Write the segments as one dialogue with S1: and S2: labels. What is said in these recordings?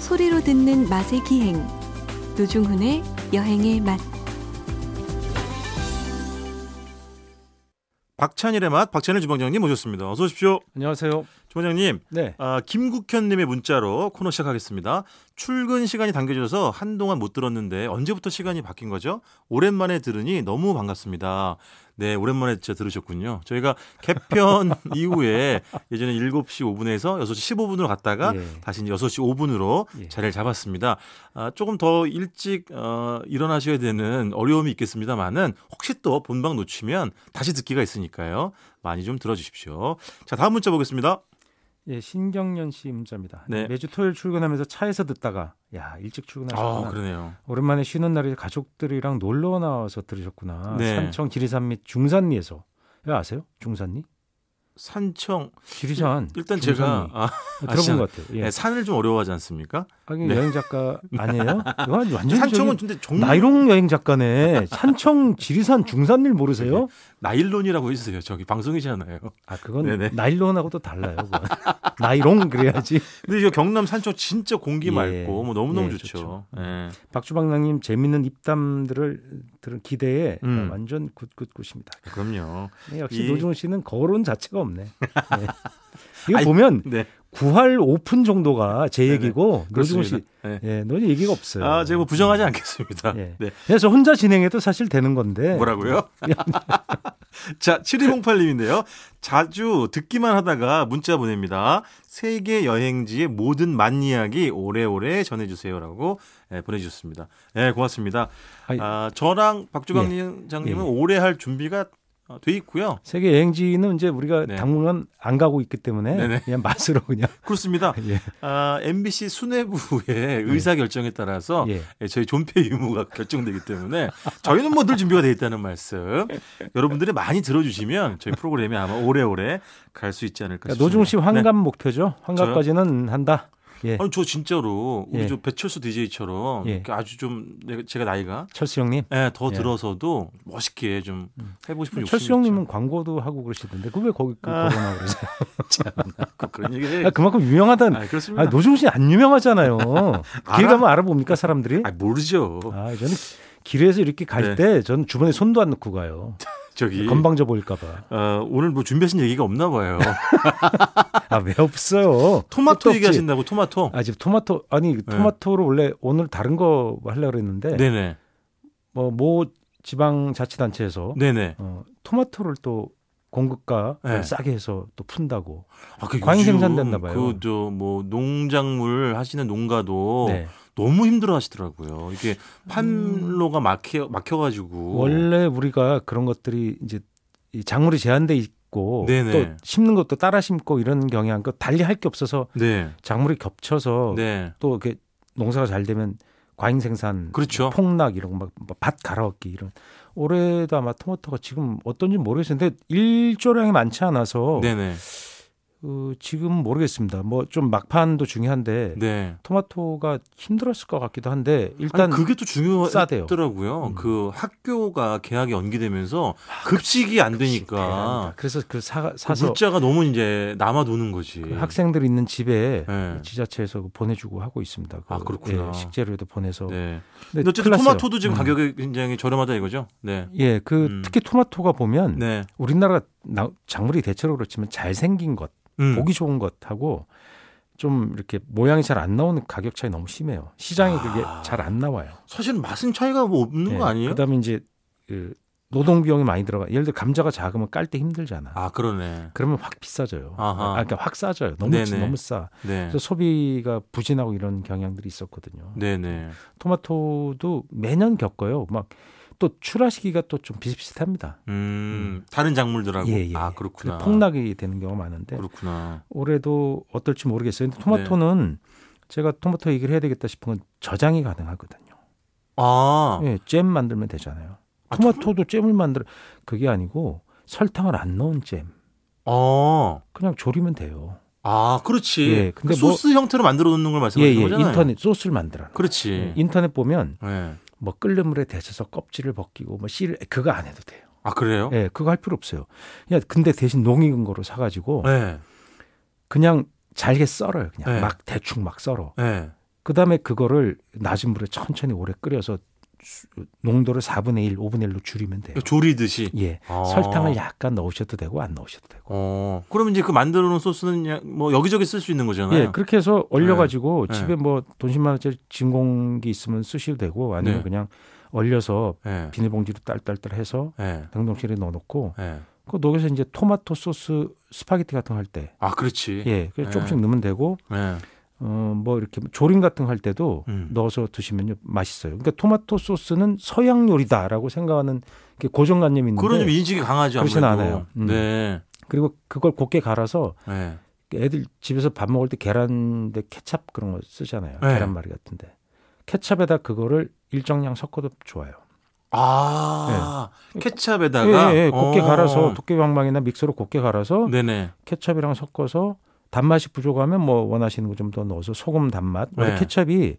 S1: 소리로 듣는 맛의 기행 노중훈의 여행의 맛
S2: 박찬일의 맛 박찬일 주방장님 모셨습니다. 어서 오십시오.
S3: 안녕하세요.
S2: 주방장님.
S3: 네.
S2: 아, 김국현님의 문자로 코너 시작하겠습니다. 출근 시간이 당겨져서 한동안 못 들었는데 언제부터 시간이 바뀐 거죠? 오랜만에 들으니 너무 반갑습니다. 네, 오랜만에 진짜 들으셨군요. 저희가 개편 이후에 예전에 7시 5분에서 6시 15분으로 갔다가
S3: 예.
S2: 다시 이제 6시 5분으로
S3: 예.
S2: 자리를 잡았습니다. 아, 조금 더 일찍 어, 일어나셔야 되는 어려움이 있겠습니다만은 혹시 또 본방 놓치면 다시 듣기가 있으니까요. 많이 좀 들어주십시오. 자, 다음 문자 보겠습니다.
S3: 예, 신경련 씨 문자입니다.
S2: 네.
S3: 매주 토요일 출근하면서 차에서 듣다가 야 일찍 출근하셨구나.
S2: 아, 그러네요.
S3: 오랜만에 쉬는 날에 가족들이랑 놀러 나와서 들으셨구나.
S2: 네.
S3: 산청 지리산 및 중산리에서. 야 아세요? 중산리?
S2: 산청
S3: 지리산.
S2: 일단
S3: 중산리.
S2: 제가 아,
S3: 들어본
S2: 아시잖아요.
S3: 것 같아요. 예.
S2: 네, 산을 좀 어려워하지 않습니까?
S3: 하긴
S2: 네.
S3: 여행 작가 아니에요? 완- 완전
S2: 산청은
S3: 산청은
S2: 근데 종
S3: 나이롱 여행 작가네. 산청 지리산
S2: 네.
S3: 중산리 모르세요?
S2: 나일론이라고 해주세요. 저기 방송이잖아요.
S3: 아 그건
S2: 네네.
S3: 나일론하고 또 달라요. 그건. 나이롱 그래야지.
S2: 근데 이거 경남 산청 진짜 공기
S3: 예.
S2: 맑고 뭐 너무 너무
S3: 예,
S2: 좋죠.
S3: 좋죠.
S2: 예.
S3: 박주방장님 재밌는 입담들을 들은 기대에
S2: 음.
S3: 아, 완전 굿굿굿입니다.
S2: 그럼요.
S3: 네, 역시
S2: 이-
S3: 노종훈 씨는 거론 자체가 없네. 네. 이거
S2: 아니,
S3: 보면
S2: 네.
S3: 구할 오픈 정도가 제
S2: 네네.
S3: 얘기고 노종훈
S2: 그렇습니다.
S3: 씨,
S2: 예.
S3: 예, 노는 얘기가 없어요.
S2: 아, 제가 뭐 부정하지 않겠습니다.
S3: 예.
S2: 네.
S3: 그래서 혼자 진행해도 사실 되는 건데
S2: 뭐라고요? 자, 7208님인데요. 자주 듣기만 하다가 문자 보냅니다. 세계 여행지의 모든 만 이야기 오래오래 전해주세요라고 예, 보내주셨습니다. 예, 고맙습니다.
S3: 아니,
S2: 아, 저랑 박주방장님은
S3: 예, 예.
S2: 오래 할 준비가 어, 돼 있고요.
S3: 세계 여행지는 이제 우리가
S2: 네.
S3: 당분간 안 가고 있기 때문에
S2: 네네.
S3: 그냥 맛으로 그냥
S2: 그렇습니다.
S3: 예,
S2: 아, MBC 수뇌부의 의사 결정에 따라서
S3: 예.
S2: 예, 저희 존폐 의무가 결정되기 때문에 저희는 뭐 늘 준비가 돼 있다는 말씀 여러분들이 많이 들어주시면 저희 프로그램이 아마 오래오래 갈 수 있지 않을까
S3: 그러니까
S2: 싶습니다.
S3: 노종훈 씨
S2: 네. 어,
S3: 환갑 목표죠. 환갑까지는 한다. 예.
S2: 아니 저 진짜로 우리
S3: 예.
S2: 저 배철수 DJ처럼
S3: 예.
S2: 아주 좀 내가- 제가 나이가
S3: 철수 형님.
S2: 예, 더
S3: 예. 음.
S2: 들어서도 멋있게 좀 해보고 싶은 욕심이
S3: 철수
S2: 있죠.
S3: 형님은 광고도 하고 그러시던데 그 왜 거기 그
S2: 네, 아.
S3: 거론하고 그러세요?
S2: 그- 그런 얘기를
S3: 아, 그만큼 유명하다는
S2: 아, 그렇습니다.
S3: 아, 노중 씨 안 유명하잖아요. 길
S2: 알아?
S3: 가면 알아봅니까 사람들이?
S2: 아, 모르죠.
S3: 아, 저는 길에서 이렇게 갈
S2: 네.
S3: 때 저는 주변에 손도 안 넣고 가요.
S2: 저기
S3: 네, 건방져 보일까 봐.
S2: 어, 오늘 뭐 준비하신 얘기가 없나 봐요.
S3: 아, 왜 없어요? 끝도
S2: 토마토
S3: 없지.
S2: 얘기하신다고 토마토.
S3: 아, 지금 토마토 아니 토마토를 원래 오늘 다른 거 하려고 그랬는데
S2: 네네.
S3: 뭐 모 지방 자치 단체에서
S2: 네네.
S3: 어, 토마토를 또 공급가
S2: 네.
S3: 싸게 해서 또 푼다고.
S2: 아, 그
S3: 과잉
S2: 요즘
S3: 생산됐나 봐요.
S2: 그, 저, 뭐, 농작물 하시는 농가도
S3: 네.
S2: 너무 힘들어 하시더라고요. 이게
S3: 음.
S2: 판로가 막혀, 막혀가지고.
S3: 원래 우리가 그런 것들이 이제 이 작물이 제한돼 있고
S2: 네네.
S3: 또 심는 것도 따라 심고 이런 경향, 그 달리 할 게 없어서
S2: 네.
S3: 작물이 겹쳐서
S2: 네.
S3: 또 이렇게 농사가 잘 되면 과잉 생산,
S2: 그렇죠.
S3: 폭락 이런 거막밭 갈아엎기 이런 올해도 아마 토마토가 지금 어떤지 모르겠는데 일조량이 많지 않아서
S2: 네네.
S3: 어, 지금 모르겠습니다. 뭐 좀 막판도 중요한데
S2: 네.
S3: 토마토가 힘들었을 것 같기도 한데
S2: 일단
S3: 일단
S2: 그게 또
S3: 싸대요.
S2: 중요하더라고요.
S3: 음. 아,
S2: 그 학교가 계약이 연기되면서 급식이 안 되니까
S3: 그래서 그 사,
S2: 그
S3: 사서
S2: 물자가 너무 이제 남아 도는 거지.
S3: 그 학생들 있는 집에
S2: 네.
S3: 지자체에서 그 보내주고 하고 있습니다. 그,
S2: 아, 그렇구나.
S3: 예, 식재료도 보내서.
S2: 네.
S3: 근데
S2: 근데 어쨌든
S3: 큰일 났어요.
S2: 토마토도 지금
S3: 음.
S2: 가격이 굉장히 저렴하다 이거죠? 네.
S3: 예, 그
S2: 음.
S3: 특히 토마토가 보면
S2: 네.
S3: 우리나라 나- 작물이 대체로 그렇지만 잘 생긴 것,
S2: 음.
S3: 보기 좋은 것하고 좀 이렇게 모양이 잘 안 나오는 가격 차이 너무 심해요. 시장에 그게
S2: 아.
S3: 잘 안 나와요.
S2: 사실 맛은 차이가 뭐 없는
S3: 예,
S2: 거 아니에요?
S3: 그다음에 이제 그 노동 비용이 많이 들어가. 예를 들어 감자가 작으면 깔 때 힘들잖아.
S2: 아 그러네.
S3: 그러면 확 비싸져요.
S2: 아하.
S3: 아, 그러니까 확 싸져요. 너무
S2: 네네.
S3: 치- 너무 싸.
S2: 네.
S3: 그래서 소비가 부진하고 이런 경향들이 있었거든요.
S2: 네네.
S3: 토마토도 매년 겪어요. 막 또 출하 시기가 또 좀 비슷비슷합니다.
S2: 음, 다른 작물들하고.
S3: 예, 예.
S2: 아
S3: 그래서
S2: 그렇구나.
S3: 폭락이 예. 되는 경우가 많은데
S2: 그렇구나.
S3: 올해도 어떨지 모르겠어요. 근데 토마토는
S2: 네.
S3: 제가 토마토 얘기를 해야 되겠다 싶은 건 저장이 가능하거든요.
S2: 아,
S3: 예, 잼 만들면 되잖아요.
S2: 아,
S3: 토마토도 잼을 만들 그게 아니고 설탕을 안 넣은 잼.
S2: 어,
S3: 그냥 졸이면 돼요.
S2: 아 그렇지.
S3: 예,
S2: 그
S3: 근데
S2: 소스 형태로 만들어 놓는 걸
S3: 예,
S2: 말씀하시는
S3: 예.
S2: 거잖아요.
S3: 인터넷 소스를 만들어. 놔요.
S2: 그렇지.
S3: 예, 인터넷 보면
S2: 예.
S3: 뭐 끓는 물에 데쳐서 껍질을 벗기고 뭐 씨를 그거 안 해도 돼요.
S2: 아 그래요?
S3: 예, 그거 할 필요 없어요. 야, 근데 대신 농익은 거로 사 가지고
S2: 예.
S3: 그냥 잘게 썰어요. 그냥
S2: 네.
S3: 막 대충 막 썰어.
S2: 예.
S3: 그다음에 그거를 낮은 물에 천천히 오래 끓여서 수- 농도를 4분의 1, 5분의 1로 줄이면 돼요.
S2: 그러니까 조리듯이.
S3: 예.
S2: 아.
S3: 설탕을 약간 넣으셔도 되고 안 넣으셔도 되고.
S2: 어. 그럼 이제 그 만들어 놓은 소스는 그냥 뭐 여기저기 쓸 수 있는 거잖아요.
S3: 예, 그렇게 해서 얼려가지고
S2: 네.
S3: 집에 뭐 돈 10만 원짜리 진공기 있으면 쓰셔도 되고 아니면
S2: 네.
S3: 그냥 얼려서
S2: 예.
S3: 비닐봉지로 딸딸딸 해서
S2: 예.
S3: 냉동실에 넣어놓고
S2: 예.
S3: 그 녹여서 이제 토마토 소스 스파게티 같은 거 할 때,
S2: 아, 그렇지.
S3: 예, 그래서
S2: 네.
S3: 조금씩 넣으면 되고
S2: 예.
S3: 어 뭐 이렇게 조림 같은 거 할 때도
S2: 음.
S3: 넣어서 드시면요 맛있어요. 그러니까 토마토 소스는 서양 요리다라고 생각하는 이렇게 고정관념이 있는데
S2: 그런 좀 인식이 강하죠.
S3: 그렇진
S2: 아무래도.
S3: 않아요. 음.
S2: 네.
S3: 그리고 그걸 곱게 갈아서
S2: 예.
S3: 애들 집에서 밥 먹을 때 계란에 케찹 그런 거 쓰잖아요.
S2: 네.
S3: 계란말이 같은데 케찹에다 그거를 일정량 섞어도 좋아요.
S2: 아.
S3: 예,
S2: 케찹에다가
S3: 예, 예. 곱게
S2: 어.
S3: 갈아서 도깨비 방망이나 믹서로 곱게 갈아서
S2: 네네.
S3: 케첩이랑 섞어서 단맛이 부족하면 뭐 원하시는 거 좀 더 넣어서 소금 단맛.
S2: 네.
S3: 원래 케첩이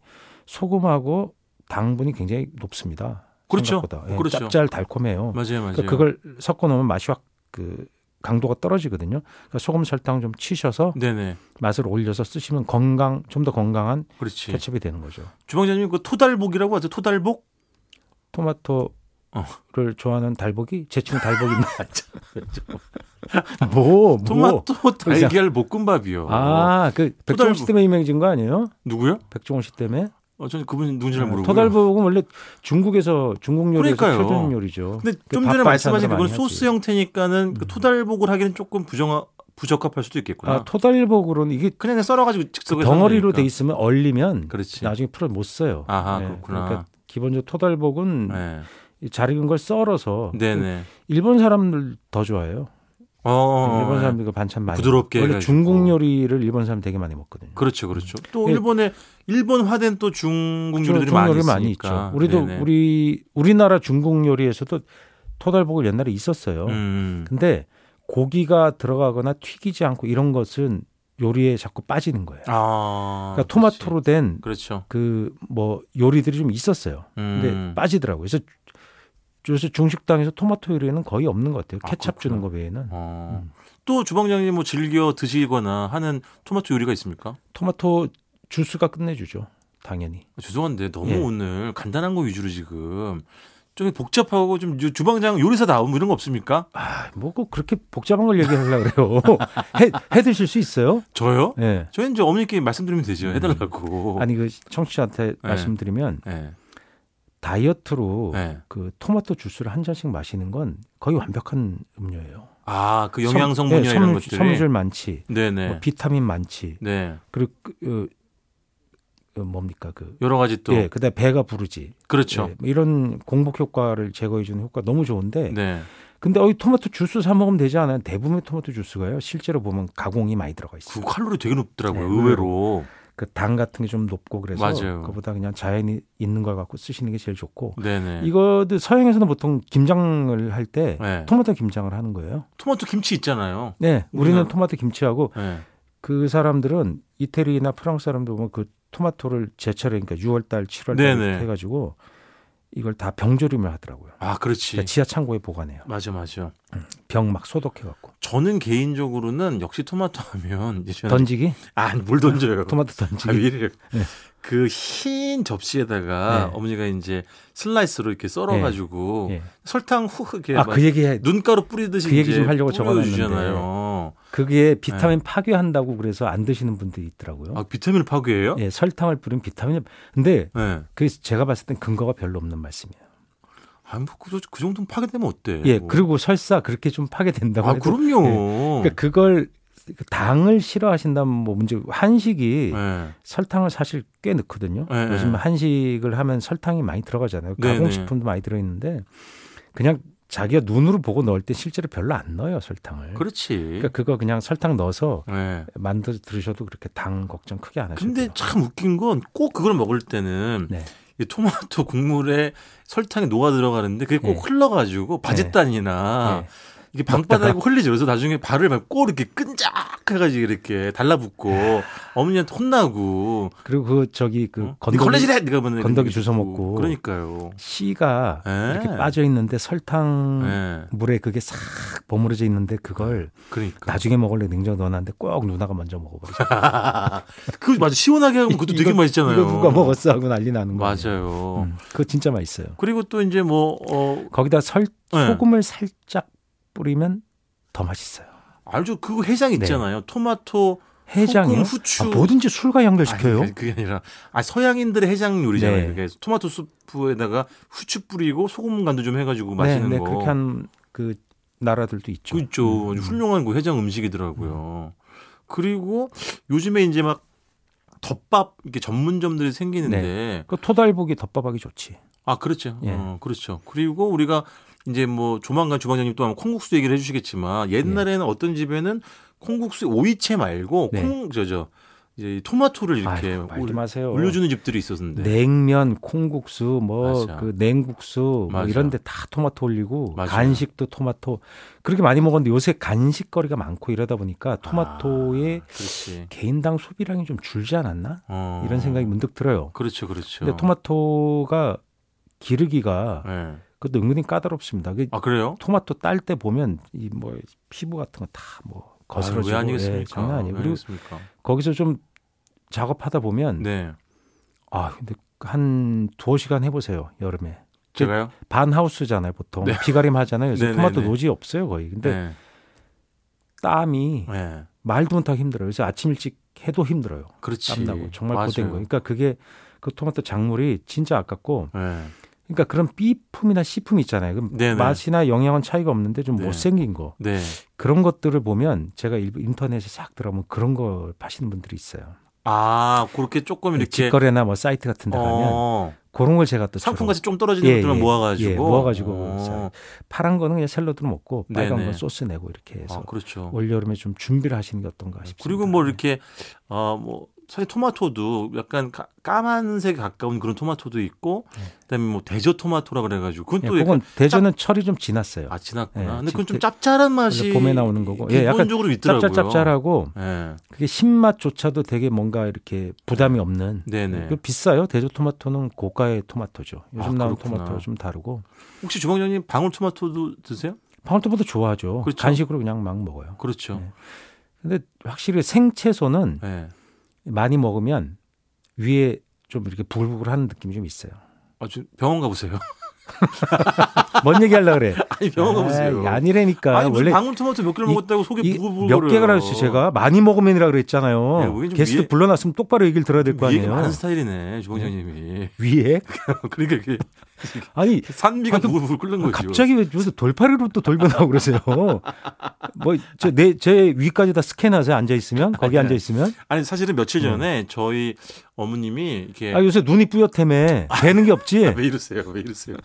S3: 소금하고 당분이 굉장히 높습니다.
S2: 그렇죠.
S3: 생각보다. 예,
S2: 그렇죠.
S3: 짭짤 달콤해요.
S2: 맞아요, 맞아요.
S3: 그걸 섞어 놓으면 맛이 확 그 강도가 떨어지거든요. 그러니까 소금 설탕 좀 치셔서
S2: 네네.
S3: 맛을 올려서 쓰시면 건강 좀 더 건강한
S2: 그렇지.
S3: 케첩이 되는 거죠.
S2: 주방장님 그 토달복이라고 하죠. 토달복?
S3: 토마토를
S2: 어.
S3: 좋아하는 달복이 제 친구 달복입니다. 뭐, 뭐.
S2: 토마토 달걀 볶음밥이요.
S3: 아, 그 백종원 씨
S2: 토달복.
S3: 때문에 유명해진 거 아니에요?
S2: 누구요?
S3: 백종원 씨 때문에? 아,
S2: 어, 저는 그분 누군지 잘 모르고.
S3: 네, 토달복은 원래 중국에서 중국 요리에서
S2: 그러니까요. 네.
S3: 표준 요리죠.
S2: 근데
S3: 그
S2: 좀
S3: 밥
S2: 전에 말씀하신
S3: 반찬으로
S2: 그건
S3: 많이
S2: 소스
S3: 하지. 음.
S2: 형태니까는 그 토달복을 하기는 조금 부정 부적합할 수도 있겠구나.
S3: 아, 토달복으로는 이게
S2: 그냥 써놔가지고 즉석에
S3: 덩어리로 돼
S2: 있.
S3: 있으면 얼리면
S2: 그러니까. 그렇지.
S3: 나중에 풀어 못 써요.
S2: 아하, 그렇구나.
S3: 그러니까 기본적으로 토달복은
S2: 네.
S3: 이잘 익은 걸 썰어서
S2: 네네.
S3: 일본 사람들 더 좋아해요.
S2: 어.
S3: 일본 사람들 그 반찬 많이
S2: 부드럽게
S3: 원래
S2: 해가지고.
S3: 중국 요리를 일본 사람 되게 많이 먹거든요.
S2: 그렇죠, 그렇죠. 또
S3: 예.
S2: 일본에 일본화된 또 중국
S3: 그쪽은
S2: 요리들이
S3: 중국
S2: 많이
S3: 요리
S2: 있으니까.
S3: 우리도
S2: 네네.
S3: 우리 우리나라 중국 요리에서도 토달복을 옛날에 있었어요.
S2: 음.
S3: 근데 고기가 들어가거나 튀기지 않고 이런 것은 요리에 자꾸 빠지는 거예요.
S2: 아.
S3: 그러니까 토마토로
S2: 그렇죠.
S3: 된 그 뭐 요리들이 좀 있었어요. 근데
S2: 음.
S3: 빠지더라고요. 그래서 요새 중식당에서 토마토 요리는 거의 없는 것 같아요.
S2: 아,
S3: 케찹
S2: 그렇구나.
S3: 주는 것 외에는
S2: 어.
S3: 음.
S2: 또 주방장님 뭐 즐겨 드시거나 하는 토마토 요리가 있습니까? 아,
S3: 토마토 주스가 끝내주죠. 당연히.
S2: 죄송한데 너무
S3: 예.
S2: 오늘 간단한 거 위주로 지금 좀 복잡하고 좀 유- 주방장 요리사 다음 이런 거 없습니까?
S3: 아, 뭐 꼭 그렇게 복잡한 걸 얘기하려고 그래요. 해, 해 드실 수 있어요?
S2: 저요?
S3: 예.
S2: 네. 저희 이제 어머니께 말씀드리면 되죠. 해달라고.
S3: 아니 그 청취자한테 말씀드리면
S2: 예.
S3: 다이어트로
S2: 예.
S3: 그 토마토 주스를 한 잔씩 마시는 건 거의 완벽한 음료예요.
S2: 아, 그
S3: 섬-
S2: 영양 성분이나
S3: 네,
S2: 이런
S3: 섬유-
S2: 것들이.
S3: 섬유질 많지,
S2: 네네.
S3: 뭐 비타민 많지,
S2: 네.
S3: 그리고 그, 어, 어, 뭡니까 그
S2: 여러 가지 또.
S3: 예, 그다음 에 배가 부르지.
S2: 그렇죠.
S3: 예, 뭐 이런 공복 효과를 제거해 주는 효과 너무 좋은데.
S2: 네.
S3: 근데 어이 토마토 주스 사 먹으면 되지 않아요? 대부분의 토마토 주스가요. 실제로 보면 가공이 많이 들어가
S2: 그
S3: 있어요.
S2: 칼로리 되게 높더라고요.
S3: 네,
S2: 의외로.
S3: 그 당 같은 게 좀 높고 그래서
S2: 맞아요.
S3: 그보다 그냥 자연이 있는 걸 갖고 쓰시는 게 제일 좋고.
S2: 네네.
S3: 이거도 서양에서는 보통 김장을 할 때
S2: 네.
S3: 토마토 김장을 하는 거예요.
S2: 토마토 김치 있잖아요.
S3: 네, 우리는
S2: 우리나라-
S3: 토마토 김치하고
S2: 네.
S3: 그 사람들은 이태리나 프랑스 사람들 보면 그 토마토를 제철에 그러니까 6월달, 7월달
S2: 네네.
S3: 해가지고 이걸 다 병조림을 하더라고요.
S2: 아, 그렇지.
S3: 그러니까 지하 창고에 보관해요.
S2: 맞아, 맞아.
S3: 병 막 소독해갖고
S2: 저는 개인적으로는 역시 토마토 하면 이제 저는-
S3: 던지기,
S2: 아, 뭘 던져요.
S3: 토마토
S2: 아,
S3: 던지기.
S2: 위를 그 흰 접시에다가
S3: 네.
S2: 어머니가 이제 슬라이스로 이렇게 썰어가지고
S3: 예.
S2: 설탕 후 이렇게
S3: 아,
S2: 뭐 막
S3: 그 얘기해.
S2: 눈가루 뿌리듯이
S3: 그 얘기
S2: 이제
S3: 좀 하려고 적어놨는데.
S2: 뿌려주잖아요.
S3: 그게 비타민 파괴한다고 그래서 안 드시는 분들이
S2: 네.
S3: 있더라고요.
S2: 아 비타민 파괴예요?
S3: 예, 설탕을 뿌린 비타민. 근데
S2: 네.
S3: 그 제가 봤을 땐 근거가 별로 없는 말씀이에요.
S2: 아, 뭐, 그, 그 정도면 파괴되면 어때?
S3: 예,
S2: 뭐.
S3: 그리고 설사 그렇게 좀 파괴된다고
S2: 아,
S3: 해도
S2: 그럼요.
S3: 그러니까 그걸 그 당을 싫어하신다면 뭐 문제 한식이
S2: 네.
S3: 설탕을 사실 꽤 넣거든요.
S2: 네,
S3: 요즘
S2: 네.
S3: 한식을 하면 설탕이 많이 들어가잖아요.
S2: 네,
S3: 가공식품도 많이 들어있는데 그냥 자기가 눈으로 보고 넣을 때 실제로 별로 안 넣어요 설탕을.
S2: 네. 그렇지.
S3: 그러니까 그거 그냥 설탕 넣어서
S2: 네.
S3: 만들어 들으셔도 그렇게 당 걱정 크게 안 하셔도
S2: 근데
S3: 돼요.
S2: 참 웃긴 건 꼭 그걸 먹을 때는
S3: 네.
S2: 이 토마토 국물에 설탕이 녹아 들어가는데 그게 꼭
S3: 네.
S2: 흘러가지고 바짓단이나
S3: 네.
S2: 이게 방바닥에 흘리죠. 그래서 나중에 발을 막꼬 이렇게 끈적해가지고 이렇게 달라붙고 어머니한테 혼나고
S3: 그리고 그 저기 아. 그
S2: 어?
S3: 건더기
S2: 컬레지래 네가 보는
S3: 건더기 주워 먹고.
S2: 그러니까요.
S3: 씨가
S2: 예.
S3: 이렇게 빠져 있는데 설탕
S2: 예.
S3: 물에 그게 싹 버무려져 있는데 그걸
S2: 그러니까.
S3: 나중에 먹을래 냉장고 넣어놨는데 꼭 누나가 먼저 먹어버리죠.
S2: 그거 맞아 시원하게 하면 그것도 되게
S3: 이거-
S2: 맛있잖아요.
S3: 이거 누가 먹었어 하고 난리 나는 거예요.
S2: 맞아요.
S3: 음, 그거 진짜 맛있어요.
S2: 그리고 또 이제 뭐 어,
S3: 거기다 설
S2: 예.
S3: 소금을 살짝 뿌리면 더 맛있어요.
S2: 알죠. 그거 해장 있잖아요. 토마토, 소금,
S3: 해장이요?
S2: 후추.
S3: 네. 아, 뭐든지 술과 연결시켜요.
S2: 아니, 그게 아니라 아 서양인들의 해장 요리잖아요.
S3: 네.
S2: 그게 토마토 수프에다가 후추 뿌리고 소금 간도 좀 해가지고
S3: 네,
S2: 마시는
S3: 네,
S2: 거.
S3: 그렇게 한 그 나라들도 있죠.
S2: 그 있죠.
S3: 음, 음.
S2: 훌륭한 그 해장 음식이더라고요. 그리고 요즘에 이제 막 덮밥 이렇게 전문점들이 생기는데
S3: 그 토달복이 덮밥하기 좋지.
S2: 아 그렇죠.
S3: 예.
S2: 어, 그렇죠. 그리고 우리가 이제 뭐 조만간 주방장님 또 아마 콩국수 얘기를 해주시겠지만 옛날에는 어떤 집에는 콩국수 오이채 말고
S3: 네.
S2: 콩저저 이제 이 토마토를 이렇게
S3: 아이고, 말도 네,
S2: 올-
S3: 마세요.
S2: 올려주는 집들이 있었는데
S3: 냉면, 콩국수, 뭐
S2: 네. 맞아.
S3: 그 냉국수 뭐
S2: 맞아.
S3: 이런 데 다 토마토 올리고
S2: 맞아요.
S3: 간식도 토마토 그렇게 많이 먹었는데 요새 간식거리가 많고 이러다 보니까 토마토의
S2: 아, 그렇지.
S3: 개인당 소비량이 좀 줄지 않았나?
S2: 어.
S3: 이런 생각이 문득 들어요.
S2: 그렇죠, 그렇죠.
S3: 근데 토마토가 기르기가
S2: 예.
S3: 그것도 은근히 까다롭습니다. 그
S2: 아 그래요?
S3: 토마토 딸 때 보면 이 뭐 피부 같은 거 다 뭐
S2: 아,
S3: 거스러지고
S2: 왜
S3: 예,
S2: 아니겠습니까?
S3: 장난 아니에요.
S2: 왜
S3: 그리고 음.
S2: 아니겠습니까?
S3: 거기서 좀 작업하다 보면
S2: 네,
S3: 아 근데 한 두어 시간 해보세요 여름에
S2: 제가요.
S3: 반하우스잖아요 보통
S2: 네.
S3: 비가림 하잖아요 요새
S2: 네, 네,
S3: 토마토
S2: 네.
S3: 노지 없어요 거의 근데
S2: 네,
S3: 땀이
S2: 네.
S3: 말도 못하게 힘들어요 그래서 아침 일찍 해도 힘들어요
S2: 그렇지.
S3: 땀나고 정말
S2: 맞아요.
S3: 고된 거예요 그러니까 그게 그 토마토 작물이 진짜 아깝고
S2: 네.
S3: 그러니까 그런 B품이나 C품 있잖아요 그럼
S2: 네, 네.
S3: 맛이나 영양은 차이가 없는데 좀
S2: 네.
S3: 못생긴 거
S2: 네.
S3: 그런 것들을 보면 제가 일부 인터넷에 싹 들어가면 그런 걸 파시는 분들이 있어요
S2: 아 그렇게 조금 이렇게
S3: 직거래나 뭐 사이트 같은 데 가면
S2: 어,
S3: 그런 걸 제가 또
S2: 상품
S3: 주로
S2: 같이 좀 떨어지는
S3: 예,
S2: 것들만
S3: 예,
S2: 모아가지고
S3: 예, 모아가지고
S2: 어.
S3: 자, 파란 거는 그냥 샐러드로 먹고 빨간
S2: 네네.
S3: 건 소스 내고 이렇게 해서
S2: 아, 그렇죠.
S3: 올 여름에 좀 준비를 하시는 게 어떤가 싶습니다.
S2: 그리고 뭐 이렇게 어뭐 사실 토마토도 약간 까, 까만색에 가까운 그런 토마토도 있고 그다음에 뭐 대저 토마토라 그래가지고
S3: 네.
S2: 그건 또
S3: 예, 그건
S2: 약간
S3: 대전은 철이 좀 지났어요.
S2: 아 지났구나.
S3: 예,
S2: 근데 그건 좀
S3: 지-
S2: 짭짤한
S3: 원래
S2: 맛이
S3: 봄에 나오는 거고 예, 약간
S2: 기본적으로 있더라고요.
S3: 짭짤짭짤하고
S2: 예.
S3: 그게 신맛조차도 되게 뭔가 이렇게 부담이 없는.
S2: 네네.
S3: 그 비싸요. 대저 토마토는 고가의 토마토죠. 요즘
S2: 아,
S3: 나온
S2: 그렇구나.
S3: 토마토와 좀 다르고
S2: 혹시 주방장님 방울토마토도 드세요?
S3: 방울토마토 좋아하죠.
S2: 그렇죠.
S3: 간식으로 그냥 막 먹어요.
S2: 그렇죠.
S3: 네. 근데 확실히 생채소는
S2: 예.
S3: 많이 먹으면 위에 좀 이렇게 부글부글하는 느낌이 좀 있어요.
S2: 아, 저 병원 가보세요.
S3: 뭔 얘기 하려 그래?
S2: 아니 병원 가보세요.
S3: 에이, 예, 아니라니까.
S2: 아니, 무슨
S3: 원래
S2: 방울토마토 몇 개를
S3: 이-
S2: 먹었다고 속에
S3: 이-
S2: 부글부글
S3: 몇 개가 그랬어 제가 많이 먹으면이라
S2: 네,
S3: 그랬잖아요.
S2: 그게 좀
S3: 게스트
S2: 위에-
S3: 불러놨으면 똑바로 얘기를 들어야 될 거
S2: 위액이
S3: 그 아니에요.
S2: 뭐 많은 스타일이네 주방장님이.
S3: 위에?
S2: 그러니까 이게
S3: 아니
S2: 산비가
S3: 아, 그-
S2: 부글부글 끓는 뭐. 거죠.
S3: 갑자기 왜 요새 돌팔이로 또 돌변 하고 그러세요? 뭐, 뭐제내제 위까지 다 스캔하세요. 앉아 있으면 거기
S2: 아니야.
S3: 앉아 있으면
S2: 아니 사실은 며칠 전에 저희 어머님이 이렇게
S3: 네. 아 요새 눈이 뿌옇다며 되는 게 없지.
S2: 예. 아, 왜 이러세요? 왜 이러세요?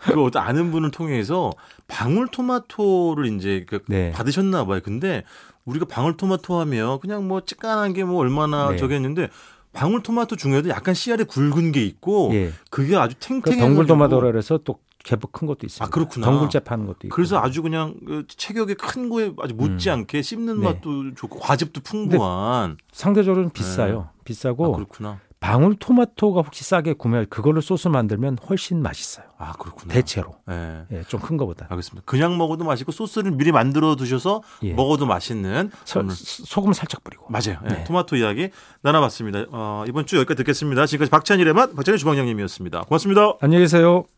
S2: 그 어떤 아는 분을 통해서 방울토마토를 이제 그
S3: 네.
S2: 받으셨나 봐요. 근데 우리가 방울토마토 하면 그냥 뭐 찌깐한 게 뭐 얼마나
S3: 네.
S2: 저게 했는데 방울토마토 중에도 약간 씨알이 굵은 게 있고
S3: 예.
S2: 그게 아주
S3: 그
S2: 탱탱해
S3: 덩굴도마도라 그래서 또 개복 큰 것도 있어요.
S2: 아, 그렇구나.
S3: 덩굴째 파는 것도 있고.
S2: 그래서 아주 그냥 그 체격의 큰 거에 아주 못지않게 씹는
S3: 네.
S2: 맛도 좋고 과즙도 풍부한
S3: 상대적으로 비싸요.
S2: 아,
S3: 비싸고
S2: 그렇구나.
S3: 방울 토마토가 혹시 싸게 구매할 그걸로 소스 만들면 훨씬 맛있어요.
S2: 아 그렇구나.
S3: 대체로.
S2: 예.
S3: 예, 좀 큰 거보다.
S2: 알겠습니다. 그냥 먹어도 맛있고 소스를 미리 만들어 두셔서
S3: 예.
S2: 먹어도 맛있는
S3: 서-
S2: 오늘-
S3: 소- 소금 살짝 뿌리고.
S2: 맞아요. 예,
S3: 네.
S2: 토마토 이야기 나눠봤습니다. 어, 이번 주 여기까지 듣겠습니다. 지금까지 박찬일의 맛 박찬일 주방장님이었습니다. 고맙습니다.
S3: 안녕히 계세요.